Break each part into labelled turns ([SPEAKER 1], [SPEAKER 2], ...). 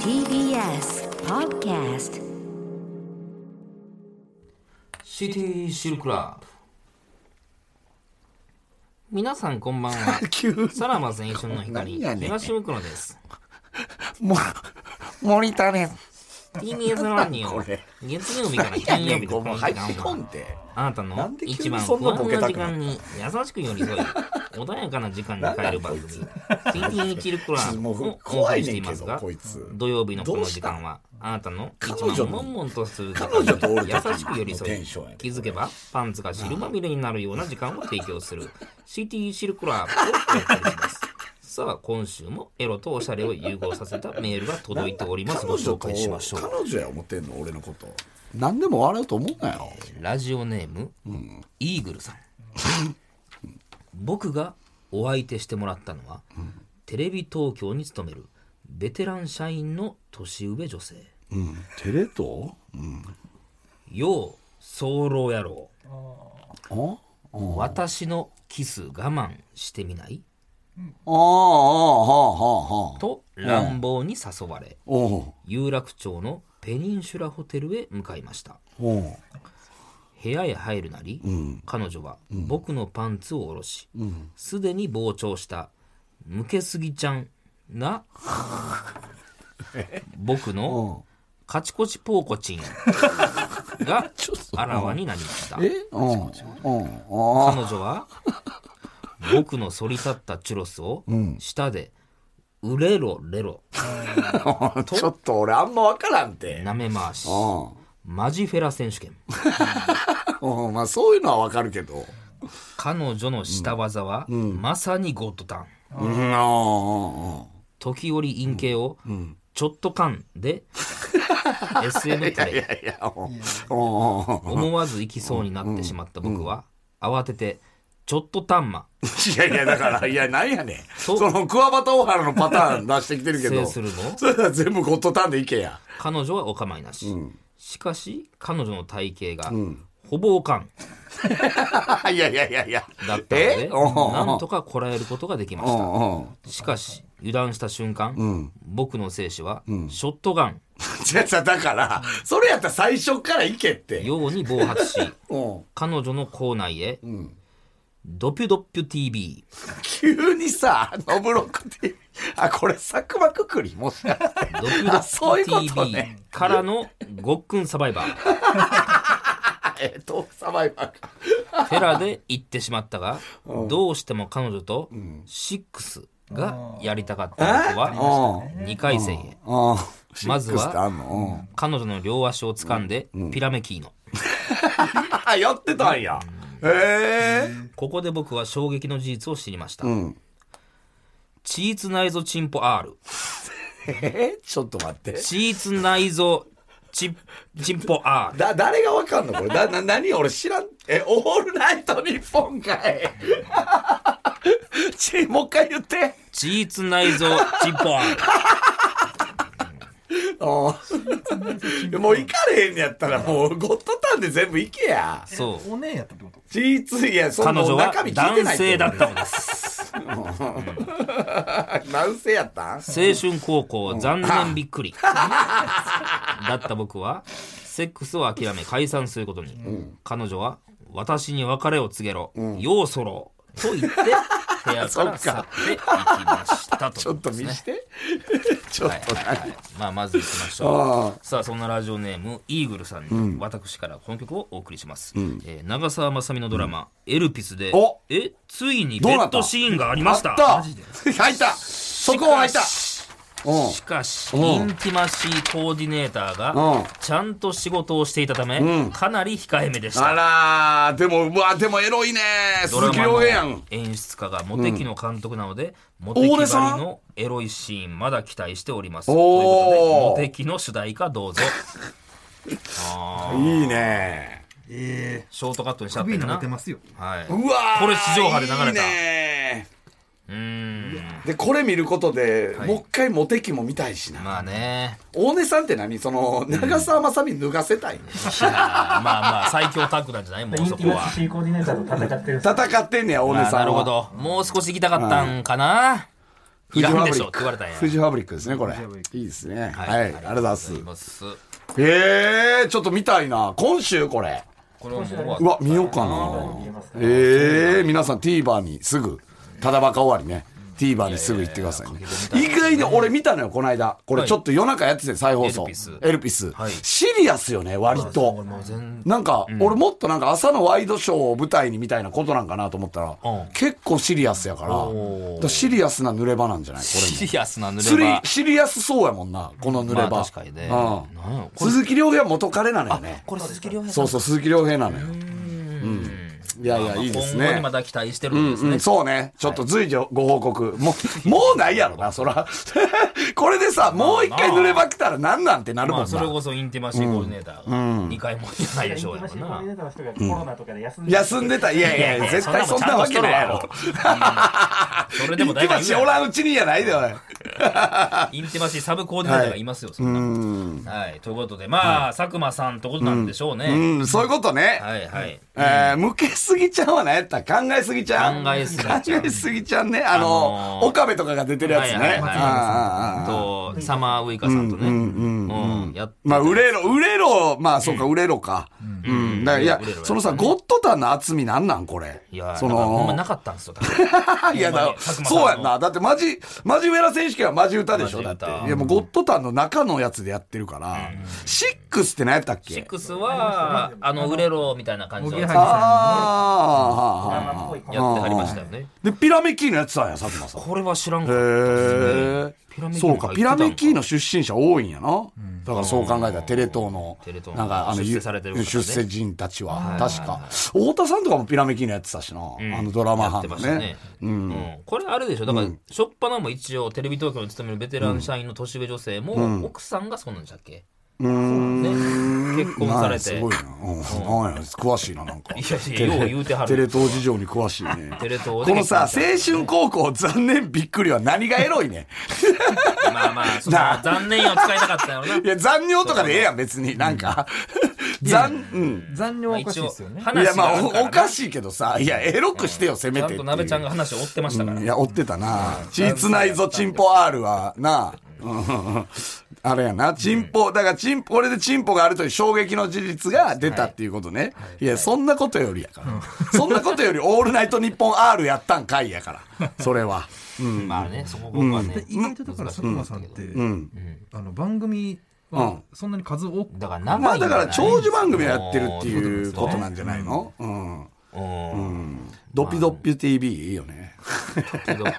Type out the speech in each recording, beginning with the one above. [SPEAKER 1] TBS Podcast
[SPEAKER 2] CD シルクラブ皆さんこんばんは
[SPEAKER 3] 急
[SPEAKER 2] さらば青春の光
[SPEAKER 3] 何やねん
[SPEAKER 2] 東袋 です
[SPEAKER 3] もモニターね
[SPEAKER 2] TBS ラジ
[SPEAKER 3] こ
[SPEAKER 2] オ
[SPEAKER 3] れ
[SPEAKER 2] 月曜日から
[SPEAKER 3] や
[SPEAKER 2] 金曜日
[SPEAKER 3] ねん
[SPEAKER 2] の
[SPEAKER 3] こ
[SPEAKER 2] この
[SPEAKER 3] の
[SPEAKER 2] 時
[SPEAKER 3] 入り
[SPEAKER 2] 間
[SPEAKER 3] 込ん
[SPEAKER 2] は
[SPEAKER 3] で
[SPEAKER 2] あなたの
[SPEAKER 3] なんで急
[SPEAKER 2] 一
[SPEAKER 3] に
[SPEAKER 2] 番
[SPEAKER 3] そん
[SPEAKER 2] 不
[SPEAKER 3] な
[SPEAKER 2] 安
[SPEAKER 3] ボケ
[SPEAKER 2] な
[SPEAKER 3] た
[SPEAKER 2] 時
[SPEAKER 3] くなる
[SPEAKER 2] 間に優しく寄り 添い穏やかな時間に変える番組 CD シルクラブ
[SPEAKER 3] も
[SPEAKER 2] を
[SPEAKER 3] う
[SPEAKER 2] お送
[SPEAKER 3] 怖
[SPEAKER 2] り
[SPEAKER 3] い
[SPEAKER 2] して
[SPEAKER 3] ね
[SPEAKER 2] い
[SPEAKER 3] んけ
[SPEAKER 2] ます
[SPEAKER 3] ど
[SPEAKER 2] が
[SPEAKER 3] こいつ
[SPEAKER 2] 土曜日のこの時間
[SPEAKER 3] ど
[SPEAKER 2] はあなたの一
[SPEAKER 3] 彼女
[SPEAKER 2] 番
[SPEAKER 3] の
[SPEAKER 2] 悶々とする時
[SPEAKER 3] 彼女と
[SPEAKER 2] 間
[SPEAKER 3] おる
[SPEAKER 2] に
[SPEAKER 3] 時の
[SPEAKER 2] 優しく寄り添
[SPEAKER 3] テ
[SPEAKER 2] い
[SPEAKER 3] ンションやね
[SPEAKER 2] 気づけばパンツが汁まみれになるような時間を提供する CT シルクラブをお送りしますさあ今週もエロとおしゃれを融合させたメールが届いておりますご
[SPEAKER 3] 彼
[SPEAKER 2] 紹
[SPEAKER 3] 女と
[SPEAKER 2] 介しましょう
[SPEAKER 3] 彼女や思ってんの俺のこと何でも笑うと思うなよ
[SPEAKER 2] ラジオネーム、イーグルさん僕がお相手してもらったのは、テレビ東京に勤めるベテラン社員の年上女性
[SPEAKER 3] うんテレ東
[SPEAKER 2] よう早漏野郎
[SPEAKER 3] あ
[SPEAKER 2] 私のキス我慢してみない
[SPEAKER 3] ああああああ
[SPEAKER 2] と乱暴に誘われ
[SPEAKER 3] おう
[SPEAKER 2] 有楽町のペニンシュラホテルへ向かいました
[SPEAKER 3] おう
[SPEAKER 2] 部屋へ入るなり、彼女は僕のパンツを下ろしすで、に膨張した「むけすぎちゃん」 な僕の「カチコチポーコチン」 があらわになりました
[SPEAKER 3] えうんうんあ
[SPEAKER 2] 彼女は僕の反り立ったチュロスを舌で「うれろれろ
[SPEAKER 3] あちょっと俺あんま分からん」て
[SPEAKER 2] 舐め回し
[SPEAKER 3] うん
[SPEAKER 2] マジフェラ選手権
[SPEAKER 3] うんまあそういうのは分かるけど
[SPEAKER 2] 彼女の下技は、まさにゴッドタン
[SPEAKER 3] うんあああ
[SPEAKER 2] 時折陰茎をちょっとかん で SM プレイ
[SPEAKER 3] あいやおうおうおう
[SPEAKER 2] 思わず行きそうになってしまった僕は慌ててちょっとたんま
[SPEAKER 3] いやいや、だから、いや、なんやねん。
[SPEAKER 2] と
[SPEAKER 3] その、クワバタオハラのパターン出してきてるけ
[SPEAKER 2] 制
[SPEAKER 3] ど、
[SPEAKER 2] す
[SPEAKER 3] そ
[SPEAKER 2] るのを
[SPEAKER 3] れは全部ゴッドタンでいけや。
[SPEAKER 2] 彼女はお構いなし、しかし彼女の体型がほぼおかん
[SPEAKER 3] いやいやいやいや。
[SPEAKER 2] だったので
[SPEAKER 3] えおうおう
[SPEAKER 2] なんとかこらえることができま
[SPEAKER 3] う
[SPEAKER 2] し
[SPEAKER 3] ん
[SPEAKER 2] た
[SPEAKER 3] うん。
[SPEAKER 2] しかし油断した瞬間、僕の精子はショットガン
[SPEAKER 3] じゃあさ、だから、それやったら最初からいけって。
[SPEAKER 2] ように暴発し
[SPEAKER 3] うん。
[SPEAKER 2] 彼女の口内へ、ドピュドピュ TV
[SPEAKER 3] 急にさ、ノブロックって、あ、これ、佐久間くくりもし かして。
[SPEAKER 2] ドキ
[SPEAKER 3] あそういう
[SPEAKER 2] ド
[SPEAKER 3] こ
[SPEAKER 2] キ
[SPEAKER 3] と
[SPEAKER 2] TV
[SPEAKER 3] ね
[SPEAKER 2] からのごっくんサバイバー。
[SPEAKER 3] あえっと、サバイバーか。
[SPEAKER 2] フェラで行ってしまったが、どうしても彼女とシックスがやりたかった僕は2回戦へ。
[SPEAKER 3] うん。
[SPEAKER 2] まずは
[SPEAKER 3] シックスってあんの
[SPEAKER 2] 彼女の両足を掴んでピラメキーノ。
[SPEAKER 3] うんあ、やってたんや。へえ。
[SPEAKER 2] ここで僕は衝撃の事実を知りました。チーツ内臓チンポ R。
[SPEAKER 3] えちょっと待って。
[SPEAKER 2] チーツ内臓チンチンポ R。
[SPEAKER 3] だ、誰がわかんのこれ。だ、な、何俺知らん。え、オールナイト日本かい。 ち、もう一回言って。
[SPEAKER 2] チーツ内臓チンポ R。
[SPEAKER 3] うん。もう行かれへんやったら、もうゴッドタンで全部行けや。
[SPEAKER 2] そう。
[SPEAKER 4] おねえやったってこと
[SPEAKER 3] チーズ、いや、そ
[SPEAKER 2] 彼
[SPEAKER 3] の
[SPEAKER 2] 女は
[SPEAKER 3] 中身聞いてな
[SPEAKER 2] 男
[SPEAKER 3] いって
[SPEAKER 2] 性だったのです。
[SPEAKER 3] 男性やったん
[SPEAKER 2] 青春高校残念びっくりだった僕はセックスを諦め解散することに、彼女は「私に別れを告げろ、ようそろう」と言って部屋から去っていきましたと
[SPEAKER 3] ちょっと見して。ちょっと
[SPEAKER 2] はいはいまあまず行きましょうさあそんなラジオネームイーグルさんに、私からこの曲をお送りします、えー長澤まさみのドラマ「エルピスで」
[SPEAKER 3] お
[SPEAKER 2] えついに
[SPEAKER 3] どう
[SPEAKER 2] ベ
[SPEAKER 3] な
[SPEAKER 2] ッ
[SPEAKER 3] った
[SPEAKER 2] ドシーンがありました
[SPEAKER 3] あった入ったそこは入ったうん。
[SPEAKER 2] しかし、
[SPEAKER 3] ん
[SPEAKER 2] インティマシーコーディネーター
[SPEAKER 3] うん
[SPEAKER 2] が、ちゃんと仕事をしていたため、かなり控えめでした。
[SPEAKER 3] あらー、でも、うわ、でもエロいね
[SPEAKER 2] ドラ
[SPEAKER 3] 鈴木
[SPEAKER 2] マ
[SPEAKER 3] 亮
[SPEAKER 2] の
[SPEAKER 3] 平やん。
[SPEAKER 2] 演出家がモテキの監督なので、モテキ
[SPEAKER 3] 大
[SPEAKER 2] ば
[SPEAKER 3] 根
[SPEAKER 2] り
[SPEAKER 3] さん
[SPEAKER 2] のエロいシーンまだ期待しております。と
[SPEAKER 3] お
[SPEAKER 2] いう
[SPEAKER 3] ー
[SPEAKER 2] ことで、モテキの主題歌 どうぞ。
[SPEAKER 3] いいね
[SPEAKER 4] ええ
[SPEAKER 2] ショートカットにしちゃって
[SPEAKER 4] 首
[SPEAKER 2] る
[SPEAKER 4] 舐め
[SPEAKER 2] な
[SPEAKER 4] て。ますよ
[SPEAKER 2] はい。
[SPEAKER 3] うわー
[SPEAKER 2] これ地上波で流れた
[SPEAKER 3] いいね
[SPEAKER 2] うーん。
[SPEAKER 3] でこれ見ることで、
[SPEAKER 2] い
[SPEAKER 3] もう一回モテ期も見たいしな、
[SPEAKER 2] まあね。
[SPEAKER 3] 大根さんって何その長澤まさみ脱がせたい、
[SPEAKER 2] いやーまあまあ、最強タッグなんじゃ ないもうそこは。
[SPEAKER 4] シーコーディネーターと戦ってる
[SPEAKER 3] 戦ってんねや大根
[SPEAKER 2] まあ
[SPEAKER 3] さ
[SPEAKER 2] なんる
[SPEAKER 3] は、
[SPEAKER 2] ほど。もう少し行きたかったんかな。いらんでしょ
[SPEAKER 3] フ
[SPEAKER 2] って言われたんや。
[SPEAKER 3] ジファブリックですね、これ
[SPEAKER 4] ファブリッ。
[SPEAKER 3] いいですね。はい、ありがとうございます。
[SPEAKER 2] ます。
[SPEAKER 3] ええー、ちょっと見たいな。今週これ。
[SPEAKER 2] これはもう終わっ
[SPEAKER 3] うわ、見ようかな。ええー、皆さん TVer にすぐ、ただバカ終わりね。TVer にすぐ行ってくださいね。意外に俺見たのよ、この間。これちょっと夜中やってて、再放送
[SPEAKER 2] エルピス。
[SPEAKER 3] エルピス
[SPEAKER 2] はい。
[SPEAKER 3] シリアスよね、割と。なんか、俺もっとなんか朝のワイドショーを舞台にみたいなことなんかなと思ったら
[SPEAKER 2] うん、
[SPEAKER 3] 結構シリアスやから、だからシリアスな濡れ場なんじゃないこ
[SPEAKER 2] た。
[SPEAKER 3] れも。
[SPEAKER 2] シリアスな濡
[SPEAKER 3] 釣
[SPEAKER 2] れ
[SPEAKER 3] り
[SPEAKER 2] 場、。
[SPEAKER 3] シリアスそうやもんな、この濡れ場。
[SPEAKER 2] まあ確かにね
[SPEAKER 3] うん
[SPEAKER 2] なんやろこれ
[SPEAKER 3] 鈴木亮平は元彼なのよね。
[SPEAKER 2] これ鈴木亮平さん
[SPEAKER 3] そうそう、鈴木亮平なのよ。うん。いやいや、いいです
[SPEAKER 2] 今後に
[SPEAKER 3] ね
[SPEAKER 2] ま。た期待してるんですね。
[SPEAKER 3] うん、そうね。ちょっと随時ご報告。も う、もうないやろな、そら。 これでさ、もう一回濡れば来たらなんなんてなる
[SPEAKER 2] ま
[SPEAKER 3] も
[SPEAKER 2] あ、
[SPEAKER 3] ん
[SPEAKER 2] それ
[SPEAKER 3] な。
[SPEAKER 2] こそインティマシーコーディネーターが2回もじゃないでしょうやもんな。
[SPEAKER 4] の人がコロナとかで休んで
[SPEAKER 3] 休んでた。いやいや、絶対そんなわけないやろ。
[SPEAKER 2] それで
[SPEAKER 3] 行
[SPEAKER 2] も
[SPEAKER 3] き
[SPEAKER 2] 大
[SPEAKER 3] ま
[SPEAKER 2] 体
[SPEAKER 3] し、
[SPEAKER 2] 言
[SPEAKER 3] お
[SPEAKER 2] うや
[SPEAKER 3] らんうちにやないで、おい。
[SPEAKER 2] んインティマシーサブコーディネーターがいますよ、そんなもんはい、ということで、まあ、佐久間さんとことなんでしょうね。
[SPEAKER 3] うん、そういうことね。
[SPEAKER 2] はいはい。
[SPEAKER 3] えー、向けすぎちゃんは何やった考えすぎちゃん
[SPEAKER 2] 考えすぎちゃん
[SPEAKER 3] 考えすぎちゃんね。
[SPEAKER 2] あ
[SPEAKER 3] あの、
[SPEAKER 2] のー
[SPEAKER 3] 岡部とかが出てるやつ
[SPEAKER 2] は
[SPEAKER 3] ね。
[SPEAKER 2] いはいはい
[SPEAKER 3] あーあーあー
[SPEAKER 2] と、サマーウイカさんとね。うん、やっ
[SPEAKER 3] まあ、売れろ、売れろ、まあ、そうか、売れろか。うん。だからいや
[SPEAKER 2] 売れろや、
[SPEAKER 3] そのさ、ゴッドタンの厚みなんなんこれ。
[SPEAKER 2] いや、
[SPEAKER 3] そ
[SPEAKER 2] だからほんま
[SPEAKER 3] の
[SPEAKER 2] な、かったんですよ、多分
[SPEAKER 3] いや、だ
[SPEAKER 2] ほんまに佐久間さんの
[SPEAKER 3] そうやんな。だって、マジ、マジウェラ選手権はマジ歌でしょ、だ
[SPEAKER 2] マ
[SPEAKER 3] っ
[SPEAKER 2] ジ
[SPEAKER 3] て。
[SPEAKER 2] 歌
[SPEAKER 3] いや、もうゴッドタンの中のやつでやってるから、シックスって何やったっ
[SPEAKER 2] シッ
[SPEAKER 3] け
[SPEAKER 2] クスは、あの、売れろみたいな感じでやっ
[SPEAKER 4] あ
[SPEAKER 2] て
[SPEAKER 4] の
[SPEAKER 3] あーはあ、はあ、はあ。
[SPEAKER 4] 生っぽい
[SPEAKER 3] あ
[SPEAKER 2] はりましたよね。
[SPEAKER 3] で、ピラメキーのやつさんや、佐久間さん。
[SPEAKER 2] これは知らんかった
[SPEAKER 3] へ
[SPEAKER 2] ピラミ
[SPEAKER 3] え。
[SPEAKER 2] ッド
[SPEAKER 3] そう
[SPEAKER 2] 入
[SPEAKER 3] か、
[SPEAKER 2] って
[SPEAKER 3] ピ
[SPEAKER 2] た
[SPEAKER 3] ラ
[SPEAKER 2] んか
[SPEAKER 3] メキーの出身者多いんやな。だからそう考えたら、テレ東の
[SPEAKER 2] テレ、東の
[SPEAKER 3] なんか、あの、
[SPEAKER 2] 出世されてる方ね
[SPEAKER 3] 出世人たちは、確か。太田さんとかもピラメキーのやってたしな、あのドラマ
[SPEAKER 2] やっ
[SPEAKER 3] 班
[SPEAKER 2] て
[SPEAKER 3] の
[SPEAKER 2] ました
[SPEAKER 3] ね
[SPEAKER 2] ね。。うんこれあれでしょだから、しょっぱなも一応、テレビ東京に勤めるベテラン社員の年上女性も、奥さんがそうなんじゃっけね結婚され
[SPEAKER 3] す
[SPEAKER 2] て。
[SPEAKER 3] ごいな。うん。なんや、詳しいな、な んか。
[SPEAKER 2] いやいや、よう言うては
[SPEAKER 3] テレ
[SPEAKER 2] る。
[SPEAKER 3] 東事情に詳しいね。
[SPEAKER 2] テレ東で
[SPEAKER 3] このさ、青春高校残念びっくりは何がエロ いね。
[SPEAKER 2] まあまあ、その
[SPEAKER 3] な
[SPEAKER 2] 残念を使いたかったよな。
[SPEAKER 3] いや、残尿とかでええやん、別に。なんか。残、うん。
[SPEAKER 4] 残
[SPEAKER 2] まあ
[SPEAKER 4] 尿おかし
[SPEAKER 2] 一
[SPEAKER 4] いで
[SPEAKER 2] 応
[SPEAKER 4] すよね、
[SPEAKER 3] い
[SPEAKER 2] 話
[SPEAKER 3] や、ま
[SPEAKER 2] が
[SPEAKER 3] あ
[SPEAKER 2] あるから
[SPEAKER 3] お、お
[SPEAKER 2] な
[SPEAKER 3] かしいけどさ、いや、エロくしてよ、せ
[SPEAKER 2] ち
[SPEAKER 3] めて
[SPEAKER 2] ゃ
[SPEAKER 3] ってい
[SPEAKER 2] ん
[SPEAKER 3] う。
[SPEAKER 2] と鍋ちゃんが話を追ってましたから。
[SPEAKER 3] いや、追ってたな。血つないぞ、チンポ R は、なうんあれやな、チンポ、だからチンポ、これでチンポがあるという衝撃の事実が出たっていうことね。いや、そんなことよりやから。そんなことより、オールナイトニッポン R やったんかいやから。それは。
[SPEAKER 2] まあね、そこ僕はね。
[SPEAKER 4] 意外とだから佐久間さんって、あの番組
[SPEAKER 3] うん
[SPEAKER 4] はそんなに数多く、
[SPEAKER 2] だから
[SPEAKER 3] ま
[SPEAKER 2] 長
[SPEAKER 3] あ
[SPEAKER 2] いんじ
[SPEAKER 3] だ
[SPEAKER 2] ゃない
[SPEAKER 3] から、長寿番組をやってるっていうことなんじゃないのうん。
[SPEAKER 2] うん。
[SPEAKER 3] ドピドッピ TV いいよね。
[SPEAKER 2] けど TV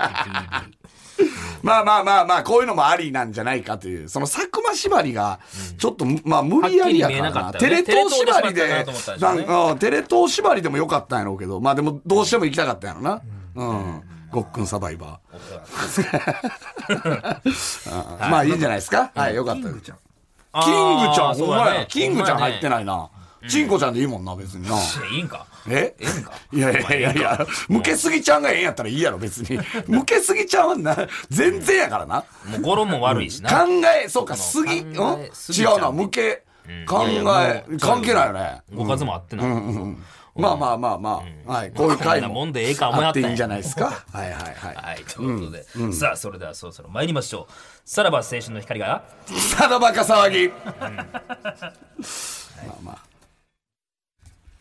[SPEAKER 3] まあまあまあまあ、こういうのもありなんじゃないかという、その佐久間縛りが、ちょっと、まあ無理やりやから
[SPEAKER 2] は
[SPEAKER 3] な。
[SPEAKER 2] っき
[SPEAKER 3] テ
[SPEAKER 2] り見
[SPEAKER 3] レ
[SPEAKER 2] えなかったよね
[SPEAKER 3] 東縛り
[SPEAKER 2] テレ東縛りだな
[SPEAKER 3] で
[SPEAKER 2] と思っ、た
[SPEAKER 3] なんん
[SPEAKER 2] でしょうね
[SPEAKER 3] か、うんテレ東縛りでもよかったんやろうけど、まあでもどうしても行きたかったんやろな。うん。ごっくんサバイバ ー。まあいいんじゃないですか。はい、よかったです。キング
[SPEAKER 2] あー
[SPEAKER 3] ちゃん、
[SPEAKER 2] そう
[SPEAKER 3] お
[SPEAKER 2] だね
[SPEAKER 3] 前ら、キングちゃん入って
[SPEAKER 2] い。
[SPEAKER 3] ないな。チンコちゃんでいいもんな、別にな。
[SPEAKER 2] いいんか。
[SPEAKER 3] え
[SPEAKER 2] ええんか。
[SPEAKER 3] いやいやいやいや、向けすぎちゃんがええんやったらいいやろ、別 に。向けすぎちゃんはな、全然やからな。
[SPEAKER 2] もう語呂も悪いしな。
[SPEAKER 3] 考え、そうか、すぎ、ん違う
[SPEAKER 2] 考えすぎちゃう
[SPEAKER 3] な、向け、考
[SPEAKER 2] いやいや
[SPEAKER 3] え
[SPEAKER 2] もう、
[SPEAKER 3] 関係ないよね。
[SPEAKER 2] ご数もあってない。
[SPEAKER 3] まあまあまあまあ、はい、こういう回
[SPEAKER 2] こんなも
[SPEAKER 3] も
[SPEAKER 2] んでええか思い
[SPEAKER 3] あ
[SPEAKER 2] は
[SPEAKER 3] っ
[SPEAKER 2] ってて
[SPEAKER 3] いいんじゃないです か。はいはいは
[SPEAKER 2] はい、ということで、さあ、それではそろそろ参りましょう。さらば青春の光が、
[SPEAKER 3] い。ただバカ騒 ぎ。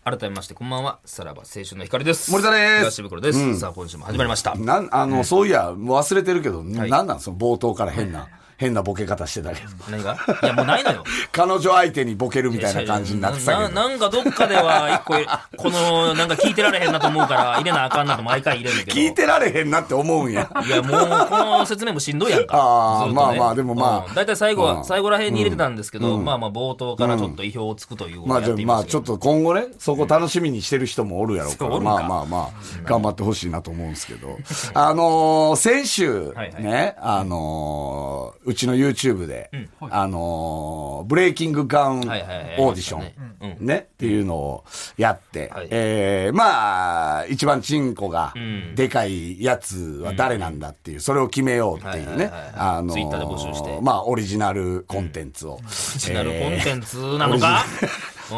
[SPEAKER 2] 改めまして、こんばんは。さらば青春の光です。
[SPEAKER 3] 森田です
[SPEAKER 2] 東袋です。さあ、今週も始まりました。
[SPEAKER 3] なん、あの、そういや、忘れてるけど、なんなんその冒頭から変な、変なボケ方してたけど。
[SPEAKER 2] 何がいや、もうないのよ。
[SPEAKER 3] 彼女相手にボケる みたいな感じになってた
[SPEAKER 2] な
[SPEAKER 3] けど。
[SPEAKER 2] なんかどっかでは、一個、この、なんか聞いてられへんなと思うから、入れなあかんなと毎回入れるんだけど。
[SPEAKER 3] 聞いてられへんなって思うんや。
[SPEAKER 2] いや、もう、この説明もしんどいやんか。
[SPEAKER 3] あー
[SPEAKER 2] ずっとね
[SPEAKER 3] まあまあでもまあ
[SPEAKER 2] うん大体最後は、最後らへんに入れてたんですけど、まあまあ、冒頭からちょっと意表をつくということ
[SPEAKER 3] ま
[SPEAKER 2] を
[SPEAKER 3] あ
[SPEAKER 2] や
[SPEAKER 3] じ
[SPEAKER 2] っ
[SPEAKER 3] ゃあ
[SPEAKER 2] てい
[SPEAKER 3] ま
[SPEAKER 2] ま
[SPEAKER 3] あ
[SPEAKER 2] すけ
[SPEAKER 3] ち
[SPEAKER 2] ど
[SPEAKER 3] ょっと今後ね、そこ楽しみにしてる人もおるやろうから、
[SPEAKER 2] そうおるか
[SPEAKER 3] まあまあまあ、頑張ってほしいなと思うんですけど、あのー先週
[SPEAKER 2] はいはい
[SPEAKER 3] ね、あのーうちの YouTube で、あのーブレイキングガウンオー
[SPEAKER 2] はい
[SPEAKER 3] デ
[SPEAKER 2] はいはい
[SPEAKER 3] ィショ
[SPEAKER 2] やりましたねう
[SPEAKER 3] ンね、っていうのをやって
[SPEAKER 2] はい、
[SPEAKER 3] えーまあ、一番チンコが
[SPEAKER 2] ん
[SPEAKER 3] でかいやつは誰なんだっていう、それを決めようっていうね
[SPEAKER 2] はいはいはい、はい
[SPEAKER 3] あの
[SPEAKER 2] Twitter で募集して
[SPEAKER 3] ー、まあオリジナルコンテンツを。オ
[SPEAKER 2] オ
[SPEAKER 3] リ
[SPEAKER 2] リジナルコンテンツなのか、うん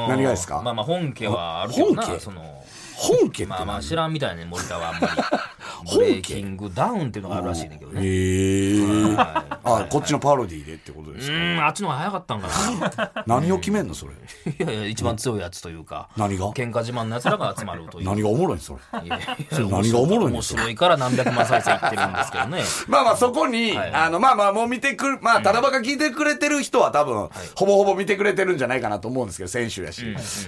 [SPEAKER 3] 何がですか
[SPEAKER 2] まあまあ本家はあるけどな
[SPEAKER 3] 本家
[SPEAKER 2] その
[SPEAKER 3] 本家って
[SPEAKER 2] まあま
[SPEAKER 3] 何
[SPEAKER 2] あ知らんみたいね森田はあんまりブレイキングダウンっていうのがあるらしいねんけど
[SPEAKER 3] え
[SPEAKER 2] ね。
[SPEAKER 3] ーあ、こっちのパロディでってことで
[SPEAKER 2] う
[SPEAKER 3] すか。
[SPEAKER 2] ーん、あっちの方が早かったんか な。
[SPEAKER 3] 何を決めんの、それ。
[SPEAKER 2] いやいや、一番強いやつというか、
[SPEAKER 3] 何が
[SPEAKER 2] 喧嘩自慢のやつらが集まるという。
[SPEAKER 3] 何がおもろいんそれ。
[SPEAKER 2] いやいや
[SPEAKER 3] 何がおもろいん
[SPEAKER 2] 面
[SPEAKER 3] ですか
[SPEAKER 2] 白いから何百万再生いってるんですけどね。
[SPEAKER 3] まあまあそこに、
[SPEAKER 2] はい
[SPEAKER 3] あの、まあまあもう見てくる、まあ、ただばか聞いてくれてる人は多分、ほぼほぼ見てくれてるんじゃないかなと思うんですけど、選手やし。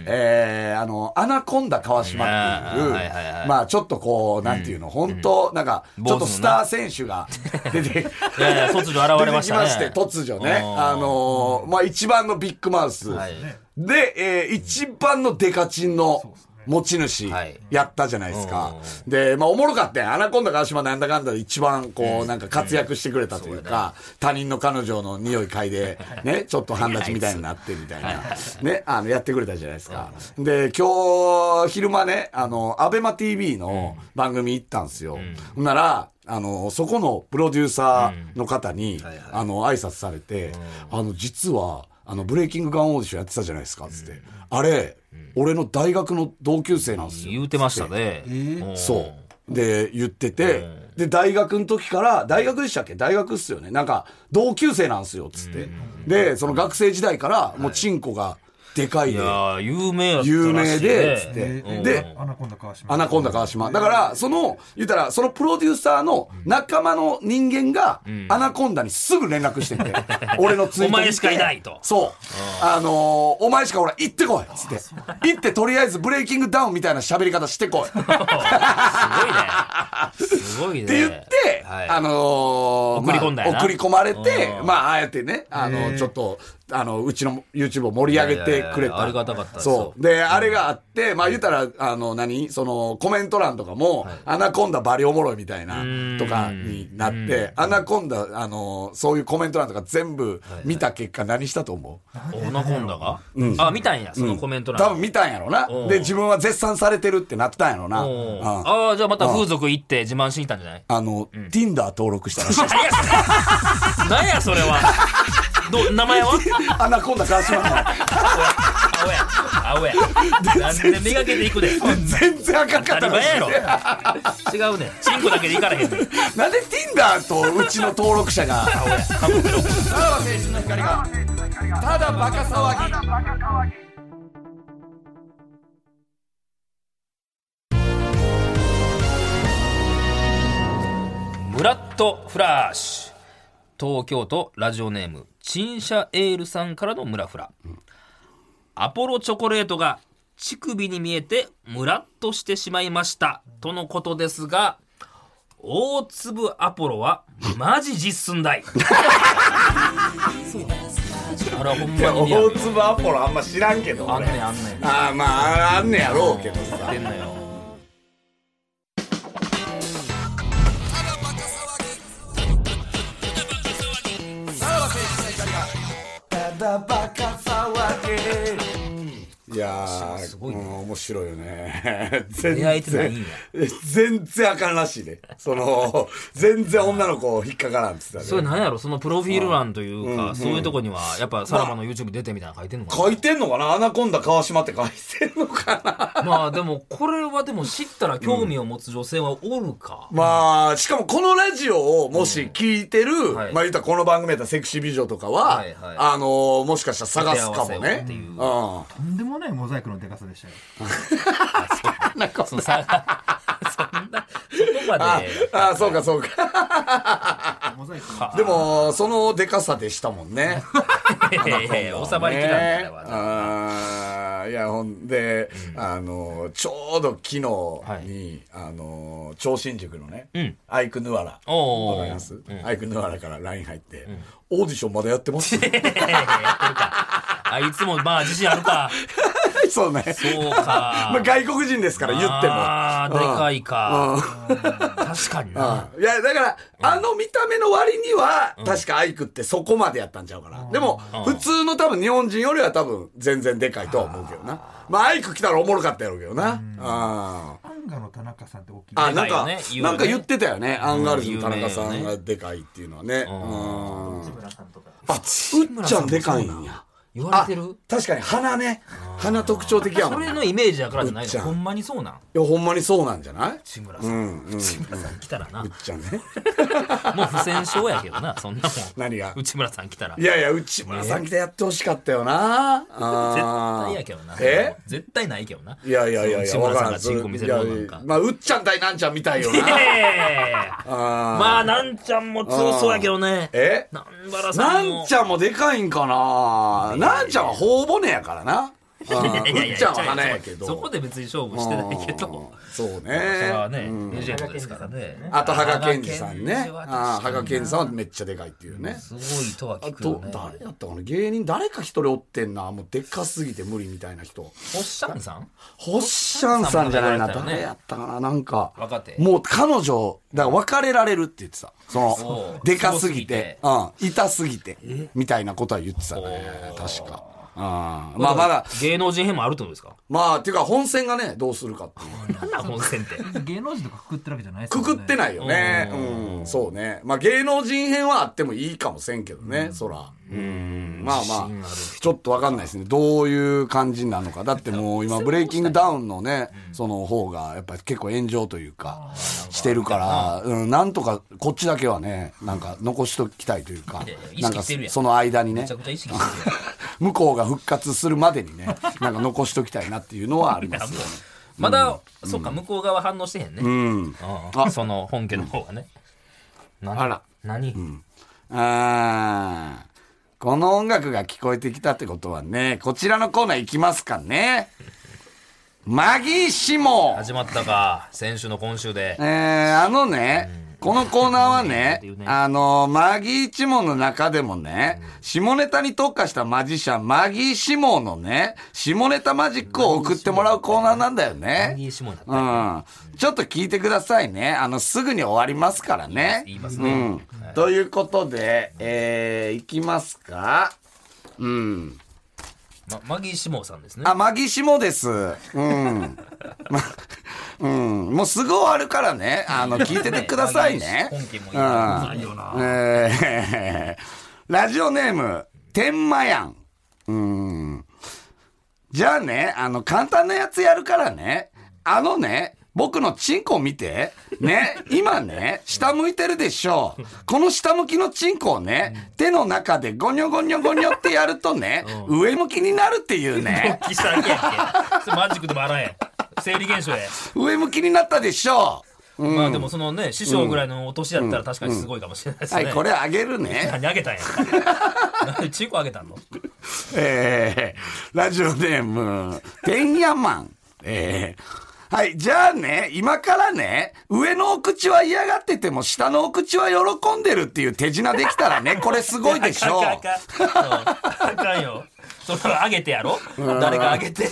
[SPEAKER 3] えー、あの、アナコンダ川島っていう、
[SPEAKER 2] ねはいはいはい
[SPEAKER 3] まあちょっとこう、なんていうの、本当なんか、ちょっとスター選手が出て、
[SPEAKER 2] いやいや、突如現
[SPEAKER 3] 出
[SPEAKER 2] れ
[SPEAKER 3] て
[SPEAKER 2] ま
[SPEAKER 3] き
[SPEAKER 2] し
[SPEAKER 3] ま
[SPEAKER 2] た
[SPEAKER 3] して、
[SPEAKER 2] ね。
[SPEAKER 3] 突如ね。
[SPEAKER 2] うん
[SPEAKER 3] あのーまあ一番のビッグマウス。
[SPEAKER 2] はい
[SPEAKER 3] で、えー一番のデカチンの持ち主
[SPEAKER 2] はい
[SPEAKER 3] やったじゃないですか。
[SPEAKER 2] う
[SPEAKER 3] で、まあおもろかったよアナコンダ川島なんだかんだで一番こうなんか活躍してくれたというか、他人の彼女の匂い嗅い で、ね、ちょっと半立ちみたいになってみたいな、ね、あの、やってくれたじゃないですか。で、今日昼間ね、あの、アベマ TV の番組行ったんですよ。ほんなら、あの、そこのプロデューサーの方に、あの、挨拶されて、あの、実は、あの、ブレイキングガンオーディションやってたじゃないですか、つって。あれ、俺の大学の同級生なんですよ。
[SPEAKER 2] 言うてましたね。うん
[SPEAKER 3] そう。で、言ってて、で、大学の時から、大学でしたっけ大学っすよね。なんか、同級生なんすよ、つって。で、その学生時代から、もう、チンコがでかい
[SPEAKER 2] い
[SPEAKER 3] で
[SPEAKER 2] や、ー、有名やったらしいね
[SPEAKER 3] 有名で、つっ
[SPEAKER 4] え
[SPEAKER 3] て。
[SPEAKER 4] ー
[SPEAKER 3] で、
[SPEAKER 4] アナコンダ川島
[SPEAKER 3] アナコンダ川島。だから、その、言ったら、そのプロデューサーの仲間の人間が、アナコンダにすぐ連絡し てんで、俺のツイート見て
[SPEAKER 2] お前しかいないと
[SPEAKER 3] そう。あのーお前しかほら、行ってこいつって。行って、とりあえず、ブレイキングダウンみたいな喋り方してこい。
[SPEAKER 2] すごいね。すごいね。
[SPEAKER 3] って言って、
[SPEAKER 2] はい
[SPEAKER 3] あのー
[SPEAKER 2] 送り込んだよな
[SPEAKER 3] まあ送り込まれて、まあ、ああやってね、あの、ちょっと、あの、うちの YouTube を盛り上げてく
[SPEAKER 2] いやいや
[SPEAKER 3] れ
[SPEAKER 2] い
[SPEAKER 3] た。
[SPEAKER 2] やありがたかったですよ
[SPEAKER 3] そう。で、あれがあって、まあ、言ったら、あの、何その、コメント欄とかも、アナコンダバリおもろいみたいな、とかになって、アナコンダ、あの、そういうコメント欄とか全部見た結果何したと思う
[SPEAKER 2] オナコンダが、あ、見たんや、そのコメント欄。
[SPEAKER 3] 多分見たんやろな
[SPEAKER 2] う。ん
[SPEAKER 3] で、自分は絶賛されてるってなったんやろな。
[SPEAKER 2] おう
[SPEAKER 3] うん
[SPEAKER 2] ああ、じゃあまた風俗行って自慢しに行ったんじゃない
[SPEAKER 3] あの、Tinder 登録したらしい。
[SPEAKER 2] 何や、それは。ど、名前は
[SPEAKER 3] アナコンダ川島の。
[SPEAKER 2] 青や。青や。なんでめがけていくで。
[SPEAKER 3] 全然あかんかっ
[SPEAKER 2] 当た
[SPEAKER 3] た
[SPEAKER 2] り
[SPEAKER 3] らしい
[SPEAKER 2] 前やろ。違うね。チンコだけで行かれへんねん。
[SPEAKER 3] なんで Tinder とうちの登録者が
[SPEAKER 2] 青や。かぶってろ。
[SPEAKER 3] さらば青春の光がただバカ騒ぎ
[SPEAKER 2] ムラットフラッシュ東京都ラジオネームチンシャエールさんからのムラフラ、アポロチョコレートが乳首に見えてムラッとしてしまいましたとのことですが大粒アポロはマジ実寸 大あらほんまに見えん
[SPEAKER 3] 大粒アポロあんま知らんけど
[SPEAKER 2] あん
[SPEAKER 3] 俺
[SPEAKER 2] ねんあんねん
[SPEAKER 3] ああまああんねやろうけど
[SPEAKER 2] 言
[SPEAKER 3] さ
[SPEAKER 2] ってんのよ
[SPEAKER 3] いやー
[SPEAKER 2] すごいね
[SPEAKER 3] うん面白いよね全
[SPEAKER 2] 出会えてないんや
[SPEAKER 3] 全然あかんらしいねその全然女の子引っかからんっつって
[SPEAKER 2] それ
[SPEAKER 3] たね
[SPEAKER 2] なんやろそのプロフィール欄というか、そういうとこにはやっぱさらばの YouTube 出てみたいなの書いてんのかな、
[SPEAKER 3] 書いてんのかなアナコンダ川島って書いてんのかな
[SPEAKER 2] まあでもこれはでも知ったら興味を持つ女性はおるか、
[SPEAKER 3] まあ、しかもこのラジオをもし聞いてる、
[SPEAKER 2] はい
[SPEAKER 3] まあ言ったらこの番組やったらセクシー美女とかは、
[SPEAKER 2] はいはい
[SPEAKER 3] あのーもしかしたら探すかも
[SPEAKER 2] 手合わせを
[SPEAKER 3] ね
[SPEAKER 2] っ。ていう
[SPEAKER 3] う
[SPEAKER 4] とんでもないモザイクのでかさでしたよ
[SPEAKER 2] そのさそんなそこまで
[SPEAKER 3] ん。ああ、そうかそうか。
[SPEAKER 4] モザイクの
[SPEAKER 3] でも、そのデカさでしたもんね。
[SPEAKER 2] いやいやい や収まりきらんねあれはな
[SPEAKER 3] あーいや、ほんで、あのーちょうど昨日に、
[SPEAKER 2] い
[SPEAKER 3] あのー超新塾のね、
[SPEAKER 2] ん
[SPEAKER 3] アイクヌアラ。
[SPEAKER 2] おー
[SPEAKER 3] わかります、アイクヌアラから LINE 入って、オーディションまだやってます
[SPEAKER 2] あいつもまあ自信あるか
[SPEAKER 3] そうね。
[SPEAKER 2] そうか
[SPEAKER 3] まあ、外国人ですから 言っても。
[SPEAKER 2] あーでかいか確かにな
[SPEAKER 3] うんいや、だから、あの見た目の割には、確かアイクってそこまでやったんちゃうかな。でも、普通の多分日本人よりは多分全然でかいとは思うけどな。まあ、アイク来たらおもろかったやろうけどな。あ
[SPEAKER 4] アンガの田中さんって大きい
[SPEAKER 3] あ、なん
[SPEAKER 2] でかいよ
[SPEAKER 3] か
[SPEAKER 2] ね言う、よね
[SPEAKER 3] なんか言ってたよね。アンガールズの田中さんがでかいっていうのはね。うん。あ、うっちゃんでかいんや。
[SPEAKER 2] 言われてる
[SPEAKER 3] 確かに鼻ね。鼻特徴的やも
[SPEAKER 2] そ
[SPEAKER 3] んい
[SPEAKER 2] れのイメージだからじゃない
[SPEAKER 3] ちゃ
[SPEAKER 2] の
[SPEAKER 3] ん
[SPEAKER 2] ほんまにそうなん
[SPEAKER 3] やほんまにそうなんじゃない
[SPEAKER 2] 内村さん内村さん来たらなも
[SPEAKER 3] じゃ あね
[SPEAKER 2] う不戦勝やけどなそんな もん
[SPEAKER 3] 何が
[SPEAKER 2] 内村さん来たら
[SPEAKER 3] いやいや内村さん来てやってほしかったよな
[SPEAKER 2] 絶
[SPEAKER 3] あー
[SPEAKER 2] 対やけどな
[SPEAKER 3] え
[SPEAKER 2] 絶対ないけどない
[SPEAKER 3] いやいやいやいや
[SPEAKER 2] 内
[SPEAKER 3] わ
[SPEAKER 2] 村
[SPEAKER 3] か
[SPEAKER 2] さ
[SPEAKER 3] ら
[SPEAKER 2] ん
[SPEAKER 3] ん
[SPEAKER 2] がチンコ見せるのなん
[SPEAKER 3] い
[SPEAKER 2] か
[SPEAKER 3] やいやまあうっちゃん対なんちゃんみたいよな
[SPEAKER 2] ま
[SPEAKER 3] あ
[SPEAKER 2] あなんちゃんも強そうやけどね
[SPEAKER 3] ーえ
[SPEAKER 2] 南原さん
[SPEAKER 3] な
[SPEAKER 2] も
[SPEAKER 3] んちゃんもでかいんかななんちゃんは頬骨やからなうっちゃん
[SPEAKER 2] いやいや
[SPEAKER 3] は鼻やけど
[SPEAKER 2] そこで別に勝負してないけど
[SPEAKER 3] うんそう
[SPEAKER 2] それは
[SPEAKER 3] ね
[SPEAKER 2] ねレジェンドですからね
[SPEAKER 3] あと羽賀健二さん
[SPEAKER 2] 羽賀
[SPEAKER 3] ね
[SPEAKER 2] 健二は確かに
[SPEAKER 3] あー羽賀健二さんはめっちゃでかいっていうね
[SPEAKER 2] すごいとは
[SPEAKER 3] あ
[SPEAKER 2] 聞くよ
[SPEAKER 3] と
[SPEAKER 2] ね
[SPEAKER 3] 誰やったかな芸人誰か一人おってんなもうでっかすぎて無理みたいな人
[SPEAKER 2] おっしゃんさん
[SPEAKER 3] ホッシャンさんじゃないな
[SPEAKER 2] ホッシャンさんも
[SPEAKER 3] 誰やったかななんか
[SPEAKER 2] 若手
[SPEAKER 3] もう彼女だから別れられるって言ってたそ
[SPEAKER 2] そ
[SPEAKER 3] の
[SPEAKER 2] う
[SPEAKER 3] でかすぎて
[SPEAKER 2] す
[SPEAKER 3] うん痛すぎてみたいなことは言ってたね確かあまあまだ
[SPEAKER 2] 芸能人編もあるってことですか
[SPEAKER 3] まあっていうか本戦がねどうするかっていう
[SPEAKER 2] なんなん本戦って
[SPEAKER 4] 芸能人とかくくってるわけじゃないです
[SPEAKER 3] くくって
[SPEAKER 4] い
[SPEAKER 3] ないよねうんそうねまあ芸能人編はあってもいいかもせんけどねそらうんまあまあ
[SPEAKER 2] 自信ある
[SPEAKER 3] ちょっとわかんないですね。どういう感じなのか。だってもう今、ブレイキングダウンのね、その方が、やっぱり結構炎上というか、してるから、うん、なんとかこっちだけはね、なんか残しときたいというか
[SPEAKER 2] いやいや、意識
[SPEAKER 3] なんか
[SPEAKER 2] してるやん
[SPEAKER 3] その間にね
[SPEAKER 2] めちゃ、くちゃ意識してるよ
[SPEAKER 3] 向こうが復活するまでにね、なんか残しときたいなっていうのはありますよね。
[SPEAKER 2] まだ、そっか、向こう側反応してへんね。うん。あ、その本家の方はね。あ
[SPEAKER 3] ら。
[SPEAKER 2] 何、
[SPEAKER 3] あーこの音楽が聞こえてきたってことはね、こちらのコーナー行きますかね。マギーシモ
[SPEAKER 2] 始まったか。先週の今週で。
[SPEAKER 3] えー、あのね、このコーナーはね
[SPEAKER 2] うん、
[SPEAKER 3] あの、マギー一門の中でもね、下ネタに特化したマジシャン、マギーシモのね、下ネタマジックを送ってもらうコーナーなんだよ
[SPEAKER 2] マギ
[SPEAKER 3] ね。
[SPEAKER 2] ーシモンだった
[SPEAKER 3] う。ん。ちょっと聞いてくださいね。あの、すぐに終わりますからね。
[SPEAKER 2] 言います
[SPEAKER 3] う
[SPEAKER 2] ね。
[SPEAKER 3] ん。ということで、えー、いきますか。うん。
[SPEAKER 2] まマギーシモンさんですね。
[SPEAKER 3] あ、マギシモです。うん。 ま、うん。もうすぐ終わるからね。あ の、聞いててくださいね。
[SPEAKER 2] 本家もいい
[SPEAKER 3] うん
[SPEAKER 2] ないよな。
[SPEAKER 3] えー ラジオネーム、天満やん。うーん。じゃあね、あの、簡単なやつやるからね。あのね、僕のチンコ見て。ね、今ね、下向いてるでしょう。この下向きのチンコをね、手の中でゴニョゴニョゴニョってやるとね、上向きになるっていう ね。
[SPEAKER 2] 記者やんけ。それマジックでもあらへん。生理現象や。
[SPEAKER 3] 上向きになったでしょ
[SPEAKER 2] まあでもそのね、師匠ぐらいのお年やったら確かにすごいかもしれないで
[SPEAKER 3] う。
[SPEAKER 2] す
[SPEAKER 3] は
[SPEAKER 2] ね。
[SPEAKER 3] い、これあげるね。
[SPEAKER 2] 何あげたんや。 何チンコあげたの
[SPEAKER 3] えー、ラジオネーム、てんやまん。えー、はい、じゃあね、今からね、上のお口は嫌がってても、下のお口は喜んでるっていう手品できた らね、これすごいでしょ
[SPEAKER 2] あかんあかんあかんうんあかんよそれはあげてやろ誰かあげて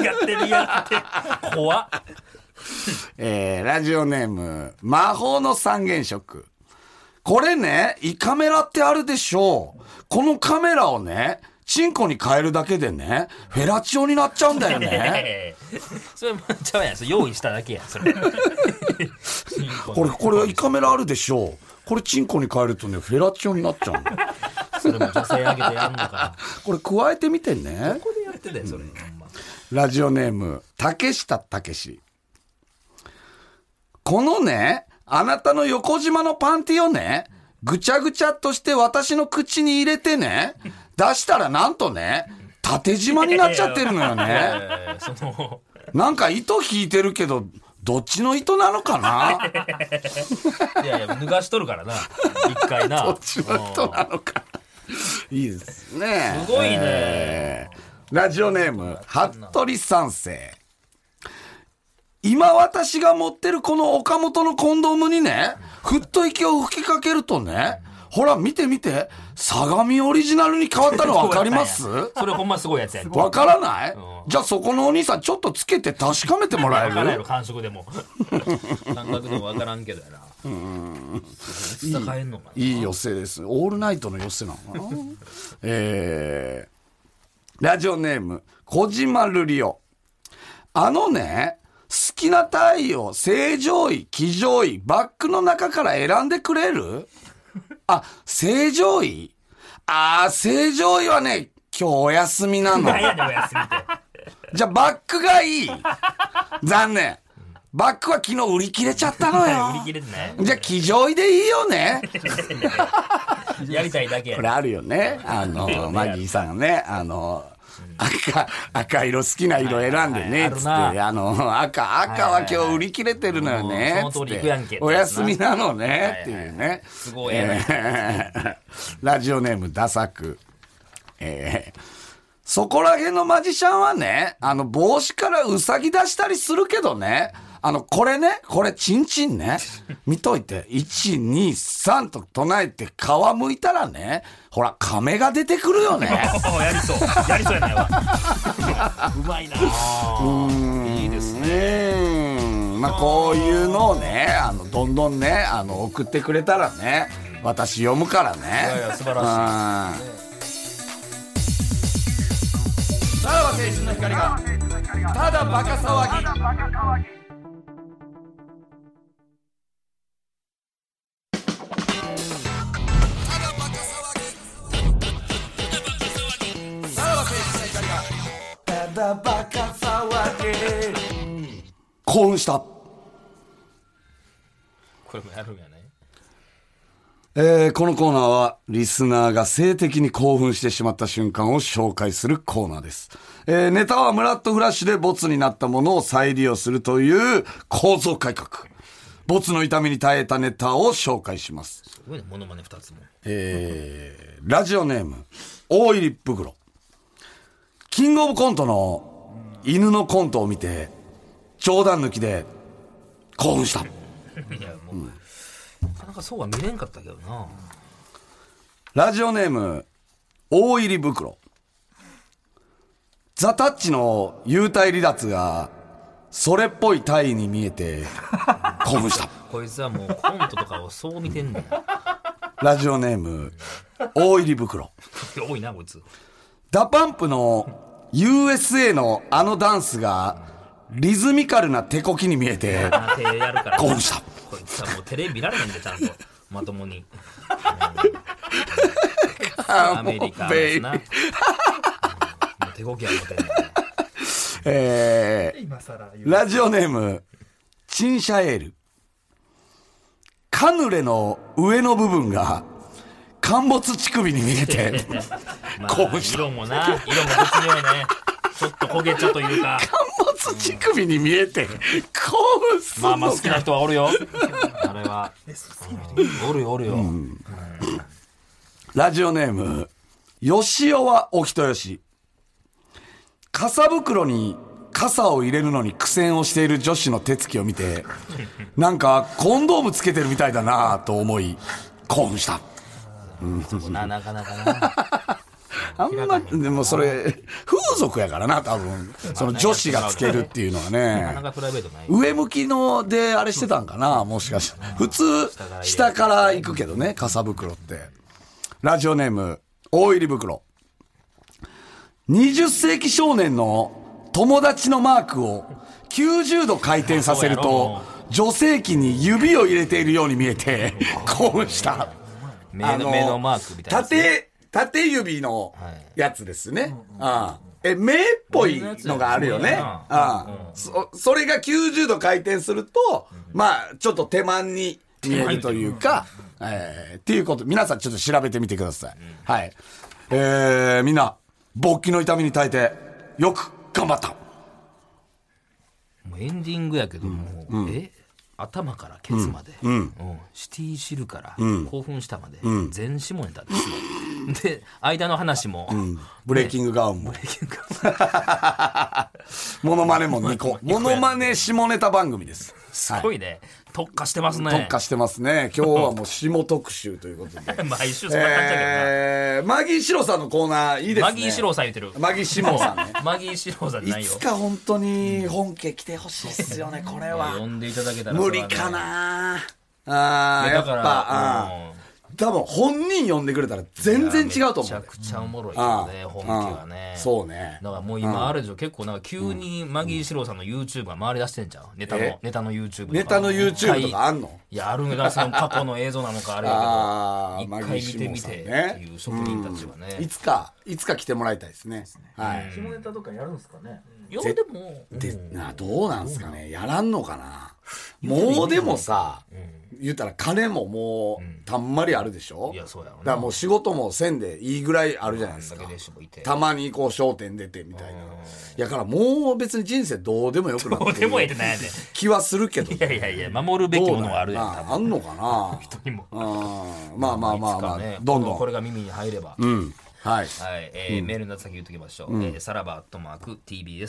[SPEAKER 2] やってるやって怖っ
[SPEAKER 3] えー、ラジオネーム、魔法の三原色。これね、胃カメラってあるでしょう。このカメラをね、チンコに変えるだけでね、フェラチオになっちゃうんだよね。
[SPEAKER 2] それもちゃうやんそれ用意しただけやんそ れ
[SPEAKER 3] これ、これ、胃カメラあるでしょう。これ、チンコに変えるとね、フェラチオになっちゃうの。
[SPEAKER 2] それも女性あげてやんのか
[SPEAKER 3] これ加えてみてね
[SPEAKER 2] こ。こでやってたよそれほんま
[SPEAKER 3] ラジオネーム、竹下竹志。このね、あなたの横島のパンティをね、ぐちゃぐちゃっとして私の口に入れてね、出したらなんとね、縦縞になっちゃってるの よね。
[SPEAKER 2] えーその
[SPEAKER 3] なんか糸引いてるけど、どっちの糸なのかな
[SPEAKER 2] いやいや脱がしとるからな一回 な
[SPEAKER 3] どっちの糸なのか。いいですね。
[SPEAKER 2] すごいね
[SPEAKER 3] えーラジオネーム、服部三世。今私が持ってるこの岡本のコンドームにね、ふっと息を吹きかけるとね、ほら見て見て、相模オリジナルに変わったの分かります
[SPEAKER 2] それほんますごいやつやんけ
[SPEAKER 3] 分からない
[SPEAKER 2] ん
[SPEAKER 3] じゃあそこのお兄さんちょっとつけて確かめてもら
[SPEAKER 2] わからん
[SPEAKER 3] え
[SPEAKER 2] や
[SPEAKER 3] る
[SPEAKER 2] ろ感触でも感覚でもわからんけどやなうん変えんのかない
[SPEAKER 3] い寄せです。オールナイトの寄せなの かなえー、ラジオネーム、小島瑠璃オ。あのね、好きな太陽、正常位、気上位、バックの中から選んでくれるあ、正常位あー、正常位はね、今日お休みなの
[SPEAKER 2] 何。やねんお休みって
[SPEAKER 3] じゃあバックがいい。残念。バックは昨日売り切れちゃったの
[SPEAKER 2] 売り切
[SPEAKER 3] よ。
[SPEAKER 2] れてない
[SPEAKER 3] じゃあ、気丈位でいいよね。
[SPEAKER 2] やりたいだけや
[SPEAKER 3] これあるよね。あの、マギーさんがね、あの、赤、赤色好きな色選んでね、つって、
[SPEAKER 2] はいはいあるな
[SPEAKER 3] あの、赤、赤は今日売り切れてるのよね、
[SPEAKER 2] もう
[SPEAKER 3] つ
[SPEAKER 2] そ
[SPEAKER 3] っ
[SPEAKER 2] の通り行くやん
[SPEAKER 3] て
[SPEAKER 2] け、
[SPEAKER 3] お休みなのね、っていう
[SPEAKER 2] はいはいは
[SPEAKER 3] ね
[SPEAKER 2] い。すごいやな
[SPEAKER 3] えーラジオネーム、ダサく。えーそこら辺のマジシャンはね、あの、帽子からウサギ出したりするけどね、あの、これね、これ、チンチンね、見といて、1、2、3と唱えて皮むいたらね、ほら、亀が出てくるよね。
[SPEAKER 2] おおやりそうやりそうやないわうまいな
[SPEAKER 3] うんいいですね。まあ、こういうのをね、あの、どんどんね、あの、送ってくれたらね、私読むからね。
[SPEAKER 2] いやいや素晴らしい
[SPEAKER 3] らしい。さらば青春の光が、ただバカ騒ぎ。興奮した。
[SPEAKER 2] これもやるんやね
[SPEAKER 3] えーこのコーナーは、リスナーが性的に興奮してしまった瞬間を紹介するコーナーです。えーネタはムラッとフラッシュでボツになったものを再利用するという構造改革。ボツの痛みに耐えたネタを紹介します。
[SPEAKER 2] すごいねモノマネ2つも
[SPEAKER 3] えーラジオネーム、大入り袋。キングオブコントの犬のコントを見て、冗談抜きで興奮した。
[SPEAKER 2] いやもう、なかなかそうは見れんかったけどな
[SPEAKER 3] ラジオネーム、大入り袋。ザ・タッチの幽体離脱が、それっぽい体位に見えて、興奮した。
[SPEAKER 2] こいつはもうコントとかをそう見てんねん
[SPEAKER 3] ラジオネーム、大入り袋。
[SPEAKER 2] 多いなこいつ
[SPEAKER 3] ダパンプの USA のあのダンスが、リズミカルな手こきに見えて、
[SPEAKER 2] あ手やるから
[SPEAKER 3] 興奮した。
[SPEAKER 2] こいつはもうテレビ見られへんでちゃんとまとも にアメリカのやつな
[SPEAKER 3] もうベイビー
[SPEAKER 2] もう手こきは持てない
[SPEAKER 3] えー、
[SPEAKER 4] 今更言う
[SPEAKER 3] ラジオネーム、チンシャエール。カヌレの上の部分が、陥没乳首に見え て、
[SPEAKER 2] ま
[SPEAKER 3] 興奮した
[SPEAKER 2] あ、色もな色も絶妙やねちょっと焦げ茶という か
[SPEAKER 3] 陥没乳首に見えて、興奮すん
[SPEAKER 2] まあまあ
[SPEAKER 3] の
[SPEAKER 2] 好きな人はおるよあれはうんおるよおるよ、
[SPEAKER 3] ラジオネーム、よしおはお人よし。傘袋に傘を入れるのに苦戦をしている女子の手つきを見て、なんかコンドームつけてるみたいだなぁと思い、興奮した。
[SPEAKER 2] そこななかなかな
[SPEAKER 3] あんま、でもそれ、風俗やからな、多分。その女子がつけるっていうのは
[SPEAKER 2] なかな
[SPEAKER 3] ね。
[SPEAKER 2] かプライベートない
[SPEAKER 3] 上向きのであれしてたんかな、もしかして。普通、下から行くけどね、傘袋って。ラジオネーム、大入り袋。20世紀少年の友達のマークを90度回転させると、女性器に指を入れているように見えて、興奮した。
[SPEAKER 2] 目の目のマークみたいなやつね、
[SPEAKER 3] 縦、縦指のやつですね。ああえ、目っぽいのがあるよね。
[SPEAKER 2] 目のやつ
[SPEAKER 3] ああそそれが90度回転すると、まあ、ちょっと手間に見えるというか、えーっていうこと、皆さんちょっと調べてみてください。はい。えー、みんな、勃起の痛みに耐えて、よく頑張った。
[SPEAKER 2] もうエンディングやけどもう、え頭からケツまで、うんシティシルから興奮したまで、全下ネタですねで間の話も、
[SPEAKER 3] ブレイキングガウンも。 モノマネも2個。モノマネ下ネタ番組です。す
[SPEAKER 2] すごいね特化してますね
[SPEAKER 3] 特化してますね。今日はもう下特集ということで。
[SPEAKER 2] 毎 週そんな感じやけどな、
[SPEAKER 3] えー、マギーシロさんのコーナーいいですね。
[SPEAKER 2] マギー四郎さん言ってる
[SPEAKER 3] マギーシモさんね。
[SPEAKER 2] マギー四郎さんじゃない
[SPEAKER 3] い
[SPEAKER 2] よ
[SPEAKER 3] つか本当に本家来てほしいっす よね、これ
[SPEAKER 2] 呼
[SPEAKER 3] は。
[SPEAKER 2] んでいただけたら
[SPEAKER 3] 無理
[SPEAKER 2] それ
[SPEAKER 3] か
[SPEAKER 2] はね
[SPEAKER 3] なあ
[SPEAKER 2] い
[SPEAKER 3] ーや
[SPEAKER 2] や
[SPEAKER 3] っ
[SPEAKER 2] だか
[SPEAKER 3] ぱ
[SPEAKER 2] ら、
[SPEAKER 3] あー多分本人呼んでくれたら全然違うと思う。
[SPEAKER 2] めちゃくちゃおもろいよね、本気はね
[SPEAKER 3] うんそうね
[SPEAKER 2] だからもう今あれでしょ、結構なんか急にマギー四郎さんの YouTube が回り出してんじゃんネタ
[SPEAKER 3] え
[SPEAKER 2] のネタの YouTube とか
[SPEAKER 3] ネタの YouTube とかあんの
[SPEAKER 2] いやあるんだその過去の映像なのかあれ
[SPEAKER 3] あー
[SPEAKER 2] やけど一回見てみて
[SPEAKER 3] マギー志望さんね
[SPEAKER 2] っていう職人たちはね
[SPEAKER 3] いつか、いつか来てもらいたいですね。はい。
[SPEAKER 4] 下ネタとかやるんですかね
[SPEAKER 2] いやでも
[SPEAKER 3] でなどうなんすかねやらんのかなもうでもさ、言ったら金ももうたんまりあるでしょ、
[SPEAKER 2] いやそうやろな
[SPEAKER 3] だからもう仕事もせんでいいぐらいあるじゃないですか
[SPEAKER 2] あんだけ弟子もいて
[SPEAKER 3] たまにこう『商店出てみたいなやからもう別に人生どうでもよくなっ
[SPEAKER 2] どう
[SPEAKER 3] て
[SPEAKER 2] でもええっ
[SPEAKER 3] る
[SPEAKER 2] てなんやねん
[SPEAKER 3] 気はするけど
[SPEAKER 2] いやいやいや守るべきものはあるやん
[SPEAKER 3] どうだ
[SPEAKER 2] 多分
[SPEAKER 3] ろうなあんのかな
[SPEAKER 2] 人にも
[SPEAKER 3] うんまあまあまあまあ、
[SPEAKER 2] いつかね
[SPEAKER 3] どんどん
[SPEAKER 2] これが耳に入れば
[SPEAKER 3] うんはい
[SPEAKER 2] はい、えーメールの先言っときましょう。えーさらばアットマーク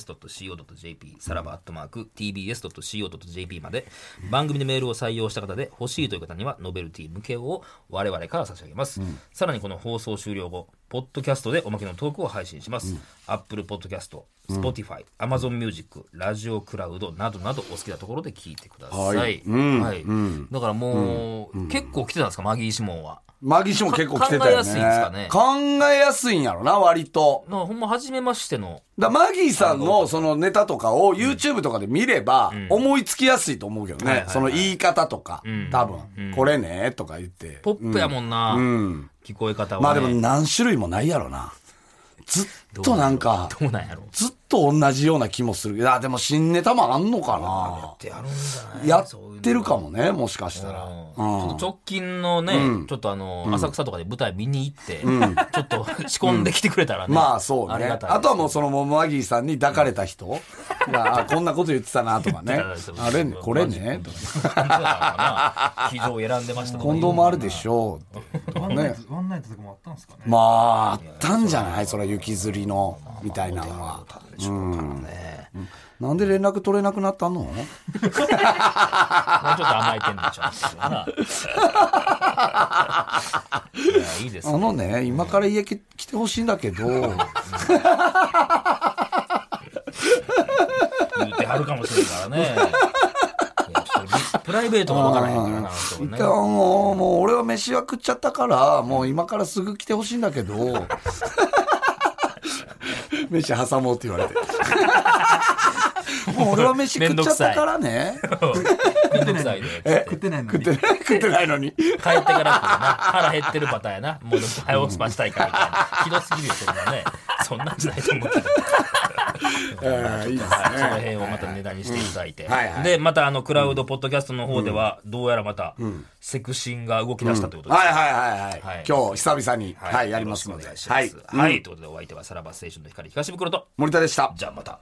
[SPEAKER 2] tbs.co.jp、さらばアットマーク tbs.co.jp まで、番組でメールを採用した方で欲しいという方には、ノベルティ向けを我々から差し上げます。さらにこの放送終了後、ポッドキャストでおまけのトークを配信します。アップルポッドキャスト、スポティファイ、アマゾンミュージック、ラジオクラウドなどなどお好きなところで聞いてください。
[SPEAKER 3] は
[SPEAKER 2] はいい。
[SPEAKER 3] うん
[SPEAKER 2] だからもう、結構来てたんですか、マギー・シモンは。
[SPEAKER 3] マギシも結構来てた
[SPEAKER 2] 考え
[SPEAKER 3] よね
[SPEAKER 2] やすいんすかね
[SPEAKER 3] 考えやすいんやろな割と
[SPEAKER 2] なんかほんま、初めましての。
[SPEAKER 3] だからマギーさんのそのネタとかを YouTube とかで見れば思いつきやすいと思うけど
[SPEAKER 2] は
[SPEAKER 3] ね、
[SPEAKER 2] いはいはい
[SPEAKER 3] その言い方とか、多分、これねとか言って
[SPEAKER 2] ポップやもんな、
[SPEAKER 3] ん
[SPEAKER 2] 聞こえ方
[SPEAKER 3] まあ
[SPEAKER 2] は、
[SPEAKER 3] で
[SPEAKER 2] ね。
[SPEAKER 3] も何種類もないやろなずっとなんか
[SPEAKER 2] どうなんやろ
[SPEAKER 3] ずっと同じような気もするけどあでも新ネタもあんのかな
[SPEAKER 2] ってやるんじゃない
[SPEAKER 3] や
[SPEAKER 2] そういう
[SPEAKER 3] っ
[SPEAKER 2] の
[SPEAKER 3] てるかもねもしかしたら、
[SPEAKER 2] うんちょっと直近のね、ちょっとあの、浅草とかで舞台見に行って、ちょっと仕込んできてくれたらね。
[SPEAKER 3] まあそうね。
[SPEAKER 2] あり
[SPEAKER 3] あ
[SPEAKER 2] がたいです
[SPEAKER 3] とはもうそのモマギーさんに抱かれた人が、あこんなこと言ってたな とかね。あれね、これね、とか
[SPEAKER 2] 本当だからな。非常選んでました
[SPEAKER 3] 近藤もあるでしょうって。と
[SPEAKER 4] ワ
[SPEAKER 3] か
[SPEAKER 4] ンナイ
[SPEAKER 3] ね。
[SPEAKER 4] トワンナイトとかもあったんですかね
[SPEAKER 3] まあ、あったんじゃないそれは雪吊りの、みたいなのは。なんで連絡取れなくなったの
[SPEAKER 2] もうちょっと甘えてんのちゃうんですけどな。いや、いいです
[SPEAKER 3] あ
[SPEAKER 2] ね。
[SPEAKER 3] のね、今から家来来てほしいんだけど、
[SPEAKER 2] 言ってはるかもしれんから ね。いやちょっとプライベートがわからへんからな、あの人
[SPEAKER 3] 一
[SPEAKER 2] はね
[SPEAKER 3] 回もう、もう俺は飯は食っちゃったから、もう今からすぐ来てほしいんだけど、 飯挟もうって 言われて。もう俺は飯食っちゃったからね。
[SPEAKER 2] めんどくさいで。
[SPEAKER 4] 食ってないの
[SPEAKER 3] 食っ
[SPEAKER 4] に
[SPEAKER 3] てない、食ってない のに。
[SPEAKER 2] 帰ってから来るな。腹減ってるパターンやな。 もうでも早を済ましたいからみたいな。ひどすぎるよ、そんなね。そんなんじゃないと思うけど。
[SPEAKER 3] えーいいです
[SPEAKER 2] はい、その
[SPEAKER 3] ね。
[SPEAKER 2] 辺をまた値段にしていただいて、
[SPEAKER 3] はいはい
[SPEAKER 2] でまたあのクラウドポッドキャストの方ではどうやらまたセクシンが動き出したということです、
[SPEAKER 3] はいはいはいは
[SPEAKER 2] はいい。
[SPEAKER 3] 今日久々に、はい、やりますの
[SPEAKER 2] よ
[SPEAKER 3] で。
[SPEAKER 2] ろしくお願いし
[SPEAKER 3] は
[SPEAKER 2] ます
[SPEAKER 3] い。
[SPEAKER 2] はい、
[SPEAKER 3] うん
[SPEAKER 2] ということでお相手はさらば青春の光東袋と
[SPEAKER 3] 森田でした。
[SPEAKER 2] じゃあまた。